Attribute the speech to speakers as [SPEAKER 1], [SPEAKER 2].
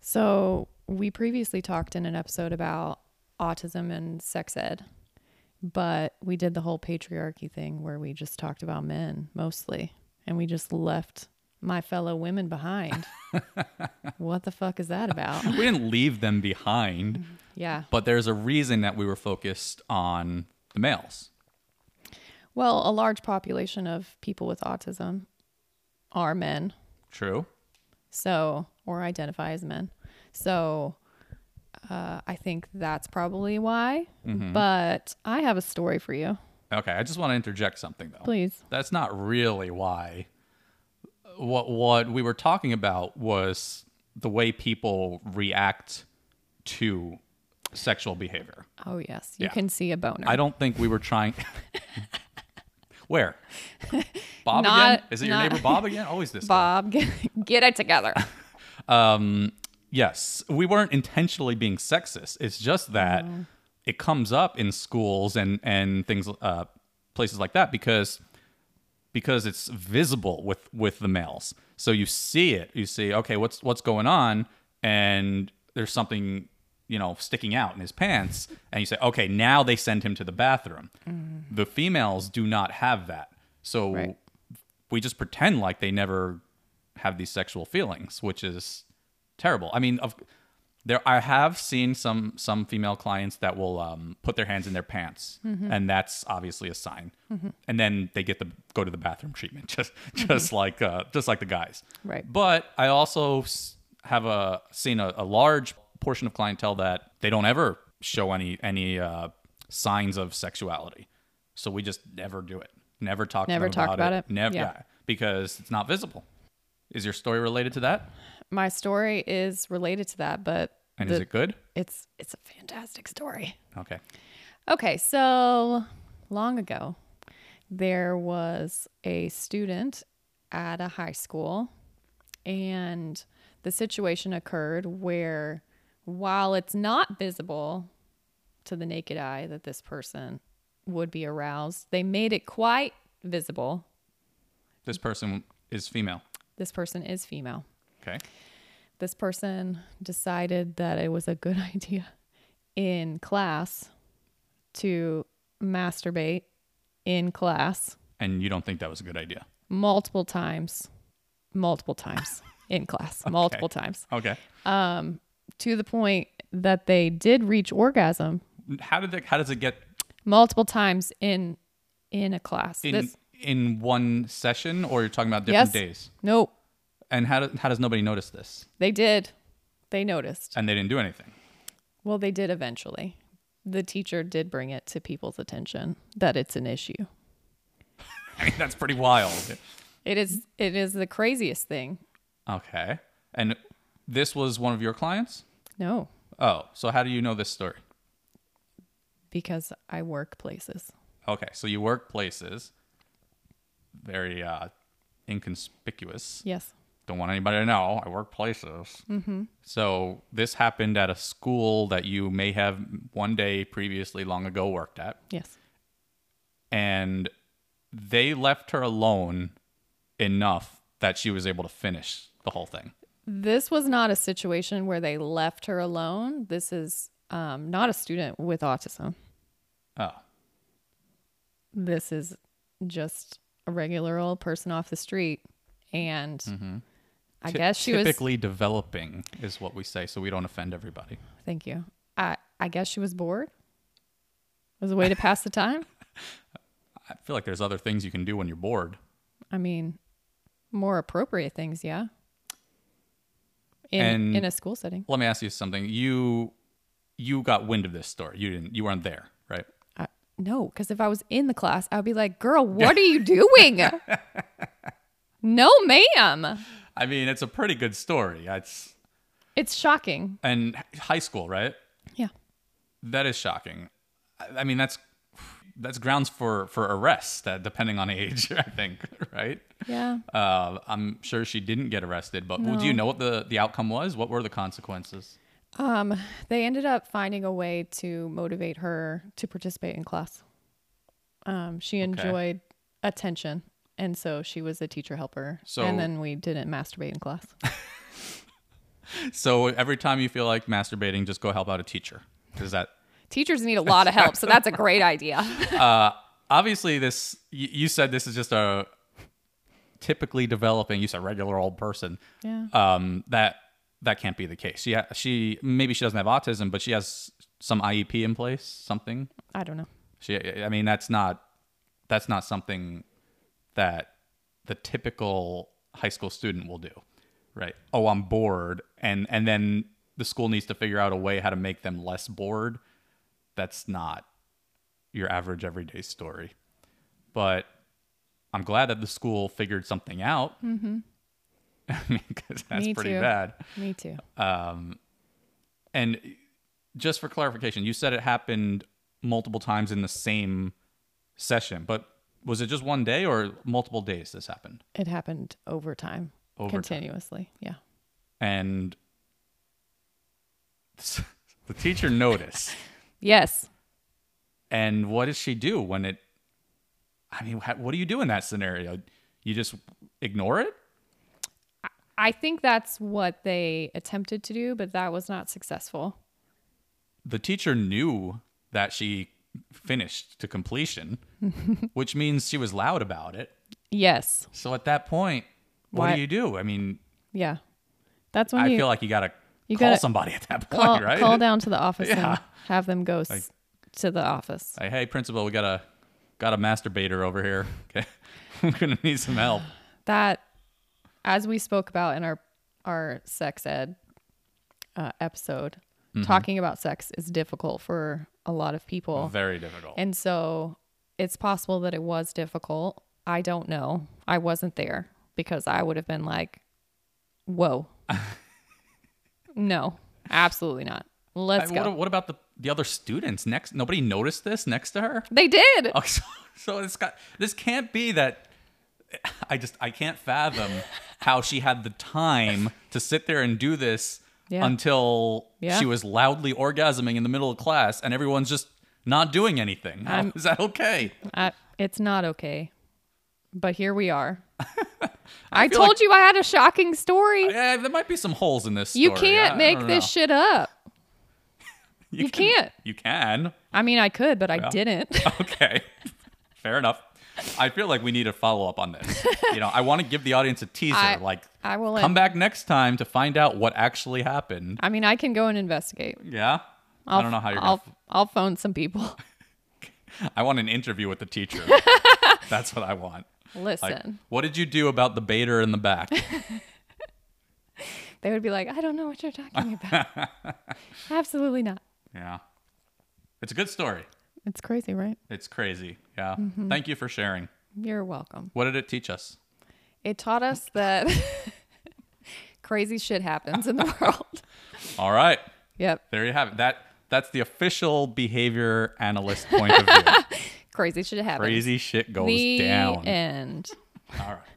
[SPEAKER 1] So, we previously talked in an episode about autism and sex ed, but we did the whole patriarchy thing where we just talked about men mostly and we just left my fellow women behind. what the fuck is that about?
[SPEAKER 2] We didn't leave them behind,
[SPEAKER 1] Yeah.
[SPEAKER 2] but there's a reason that we were focused on the males.
[SPEAKER 1] Well, a large population of people with autism are men.
[SPEAKER 2] True.
[SPEAKER 1] so or identify as men so uh, i think that's probably why but i have a story for you
[SPEAKER 2] Okay, I just want to interject something though.
[SPEAKER 1] please
[SPEAKER 2] That's not really why. What what we were talking about was the way people react to sexual behavior.
[SPEAKER 1] oh yes you
[SPEAKER 2] Yeah.
[SPEAKER 1] can see a boner
[SPEAKER 2] I don't think we were trying. Where? Bob
[SPEAKER 1] Not-
[SPEAKER 2] again? Is it your
[SPEAKER 1] not-
[SPEAKER 2] neighbor Bob again? Always this. guy.
[SPEAKER 1] bob get, get it together
[SPEAKER 2] Yes, we weren't intentionally being sexist. It's just that it comes up in schools and and things uh, places like that because because it's visible with with the males. So you see it. You see, okay, what's what's going on, and there's something you know sticking out in his pants, and you say, okay, now they send him to the bathroom. The females do not have that, so
[SPEAKER 1] Right.
[SPEAKER 2] we just pretend like they never have these sexual feelings, which is terrible. I mean, of there, I have seen some some female clients that will um, put their hands in their pants, and that's obviously a sign. And then they get the go to the bathroom treatment, just just like uh, just like the guys.
[SPEAKER 1] Right.
[SPEAKER 2] But I also s- have a seen a, a large portion of clientele that they don't ever show any any uh, signs of sexuality, so we just never do it. Never talk.
[SPEAKER 1] Never
[SPEAKER 2] to them
[SPEAKER 1] talk about it.
[SPEAKER 2] Never.
[SPEAKER 1] Yeah.
[SPEAKER 2] yeah, because it's not visible. Is your story related to that?
[SPEAKER 1] my story is related to that but
[SPEAKER 2] And
[SPEAKER 1] the-
[SPEAKER 2] is it good?
[SPEAKER 1] it's it's a fantastic story
[SPEAKER 2] Okay.
[SPEAKER 1] Okay, so long ago, there was a student at a high school, and the situation occurred where, while it's not visible to the naked eye that this person would be aroused, they made it quite visible.
[SPEAKER 2] This person is female.
[SPEAKER 1] This person is female.
[SPEAKER 2] Okay.
[SPEAKER 1] This person decided that it was a good idea in class to masturbate in class.
[SPEAKER 2] And you don't think that was a good idea.
[SPEAKER 1] multiple times, multiple times in class, multiple times,
[SPEAKER 2] Okay.
[SPEAKER 1] to the point that they did reach orgasm
[SPEAKER 2] How did that how does it get
[SPEAKER 1] multiple times in in a class.
[SPEAKER 2] in
[SPEAKER 1] This-
[SPEAKER 2] in one session or you're talking about
[SPEAKER 1] Yes.
[SPEAKER 2] different days?
[SPEAKER 1] no,
[SPEAKER 2] And how do, how does nobody notice this?
[SPEAKER 1] they did. They noticed.
[SPEAKER 2] And they didn't do anything.
[SPEAKER 1] Well, they did eventually. The teacher did bring it to people's attention that it's an issue.
[SPEAKER 2] I mean, that's pretty wild.
[SPEAKER 1] It is it is the craziest thing.
[SPEAKER 2] Okay. And this was one of your clients?
[SPEAKER 1] No,
[SPEAKER 2] Oh, so how do you know this story?
[SPEAKER 1] because I work places.
[SPEAKER 2] Okay, so you work places. Very uh inconspicuous.
[SPEAKER 1] Yes.
[SPEAKER 2] don't want anybody to know. I work places. Mm-hmm. So this happened at a school that you may have one day previously, long ago, worked at,
[SPEAKER 1] Yes.
[SPEAKER 2] and they left her alone enough that she was able to finish the whole thing.
[SPEAKER 1] this was not a situation where they left her alone. This is um, not a student with autism.
[SPEAKER 2] Oh,
[SPEAKER 1] This is just a regular old person off the street. And I
[SPEAKER 2] Mm-hmm. Ty-
[SPEAKER 1] guess she was.
[SPEAKER 2] typically developing is what we say, so we don't offend everybody.
[SPEAKER 1] Thank you. I, I guess she was bored. It was a way to pass the time.
[SPEAKER 2] I feel like there's other things you can do when you're bored.
[SPEAKER 1] I mean, more appropriate things, yeah. In,
[SPEAKER 2] And-
[SPEAKER 1] in a school setting.
[SPEAKER 2] Let me ask you something. You you got wind of this story. You didn't. You weren't there, right?
[SPEAKER 1] I, no, because if I was in the class, I would be like, girl, what are you doing? no, ma'am.
[SPEAKER 2] I mean, it's a pretty good story. It's
[SPEAKER 1] It's shocking.
[SPEAKER 2] and h- high school, right?
[SPEAKER 1] Yeah.
[SPEAKER 2] That is shocking. I I mean, that's that's grounds for for arrest, uh, depending on age. I think, right?
[SPEAKER 1] Yeah.
[SPEAKER 2] Uh, I'm sure she didn't get arrested, but do you know what the the outcome was? What were the consequences?
[SPEAKER 1] Um, they ended up finding a way to motivate her to participate in class. Um, she enjoyed attention, and so she was a teacher helper.
[SPEAKER 2] So-
[SPEAKER 1] and then we didn't masturbate in class.
[SPEAKER 2] So every time you feel like masturbating, just go help out a teacher. Is that
[SPEAKER 1] Teachers need a lot of help, so that's a great idea.
[SPEAKER 2] obviously this? You, you said this is just a typically developing. You said regular old person.
[SPEAKER 1] Yeah.
[SPEAKER 2] Um, that that can't be the case. Yeah, she maybe she doesn't have autism, but she has some IEP in place. Something.
[SPEAKER 1] I don't know.
[SPEAKER 2] She, I mean, that's not that's not something that the typical high school student will do, right? Oh, I'm bored, and and then the school needs to figure out a way how to make them less bored. That's not your average everyday story, but I'm glad that the school figured something out. Mm-hmm. I mean, because that's
[SPEAKER 1] Me
[SPEAKER 2] pretty
[SPEAKER 1] too.
[SPEAKER 2] bad.
[SPEAKER 1] Me too.
[SPEAKER 2] And just for clarification, you said it happened multiple times in the same session, but was it just one day or multiple days this happened?
[SPEAKER 1] It happened over time,
[SPEAKER 2] Over time.
[SPEAKER 1] continuously. Yeah.
[SPEAKER 2] And the teacher noticed.
[SPEAKER 1] Yes.
[SPEAKER 2] And what does she do when it? I mean, ha- what do you do in that scenario? You just ignore it?
[SPEAKER 1] I think that's what they attempted to do, but that was not successful.
[SPEAKER 2] the teacher knew that she finished to completion, which means she was loud about it.
[SPEAKER 1] Yes.
[SPEAKER 2] So at that point, what
[SPEAKER 1] Why-
[SPEAKER 2] do you do? I mean,
[SPEAKER 1] Yeah. That's when
[SPEAKER 2] I
[SPEAKER 1] you
[SPEAKER 2] feel like you gotta
[SPEAKER 1] you
[SPEAKER 2] call
[SPEAKER 1] gotta
[SPEAKER 2] somebody at that point,
[SPEAKER 1] call,
[SPEAKER 2] right?
[SPEAKER 1] call down to the office
[SPEAKER 2] Yeah.
[SPEAKER 1] and have them go s- to the office.
[SPEAKER 2] Like, hey, principal, we got a got a masturbator over here. Okay, I'm gonna need some help.
[SPEAKER 1] that as we spoke about in our our sex ed uh, episode
[SPEAKER 2] Mm-hmm.
[SPEAKER 1] talking about sex is difficult for a lot of people
[SPEAKER 2] Very difficult.
[SPEAKER 1] and so it's possible that it was difficult i don't know i wasn't there because i would have been like whoa no absolutely not
[SPEAKER 2] I-
[SPEAKER 1] let's go
[SPEAKER 2] what, what about the the other students next? Nobody noticed this next to her.
[SPEAKER 1] they did
[SPEAKER 2] Oh, so, so it's got this can't be that. I just I can't fathom how she had the time to sit there and do this
[SPEAKER 1] Yeah.
[SPEAKER 2] until
[SPEAKER 1] Yeah.
[SPEAKER 2] she was loudly orgasming in the middle of class and everyone's just not doing anything. How is that okay?
[SPEAKER 1] I, it's not okay but here we are i,
[SPEAKER 2] feel
[SPEAKER 1] told
[SPEAKER 2] like-
[SPEAKER 1] you i had a shocking story
[SPEAKER 2] Yeah, there might be some holes in this.
[SPEAKER 1] You
[SPEAKER 2] story.
[SPEAKER 1] can't
[SPEAKER 2] I- I
[SPEAKER 1] make
[SPEAKER 2] don't
[SPEAKER 1] this
[SPEAKER 2] know.
[SPEAKER 1] shit up. You
[SPEAKER 2] can-
[SPEAKER 1] can't.
[SPEAKER 2] You can.
[SPEAKER 1] I mean, I could, but I didn't.
[SPEAKER 2] Okay. Fair enough. I feel like we need a follow up on this. You know, I want to give the audience a teaser.
[SPEAKER 1] I-
[SPEAKER 2] like,
[SPEAKER 1] I will.
[SPEAKER 2] come back next time to find out what actually happened.
[SPEAKER 1] I mean, I can go and investigate.
[SPEAKER 2] Yeah. I'll,
[SPEAKER 1] I'll,
[SPEAKER 2] I do not know how you're.
[SPEAKER 1] I'll,
[SPEAKER 2] Gonna,
[SPEAKER 1] I'll phone some people.
[SPEAKER 2] I want an interview with the teacher. That's what I want. Like,
[SPEAKER 1] Listen,
[SPEAKER 2] what did you do about the baiter in the back?
[SPEAKER 1] they would be like, I don't know what you're talking about. Absolutely not.
[SPEAKER 2] yeah. It's a good story.
[SPEAKER 1] It's crazy, right?
[SPEAKER 2] It's crazy. Yeah.
[SPEAKER 1] Mm-hmm.
[SPEAKER 2] Thank you for sharing.
[SPEAKER 1] You're welcome.
[SPEAKER 2] What did it teach us?
[SPEAKER 1] It taught us that crazy shit happens in the world.
[SPEAKER 2] All right.
[SPEAKER 1] Yep.
[SPEAKER 2] There you have it. That that's the official behavior analyst point of view.
[SPEAKER 1] Crazy shit happens.
[SPEAKER 2] Crazy shit goes
[SPEAKER 1] the
[SPEAKER 2] down.
[SPEAKER 1] end.
[SPEAKER 2] All right.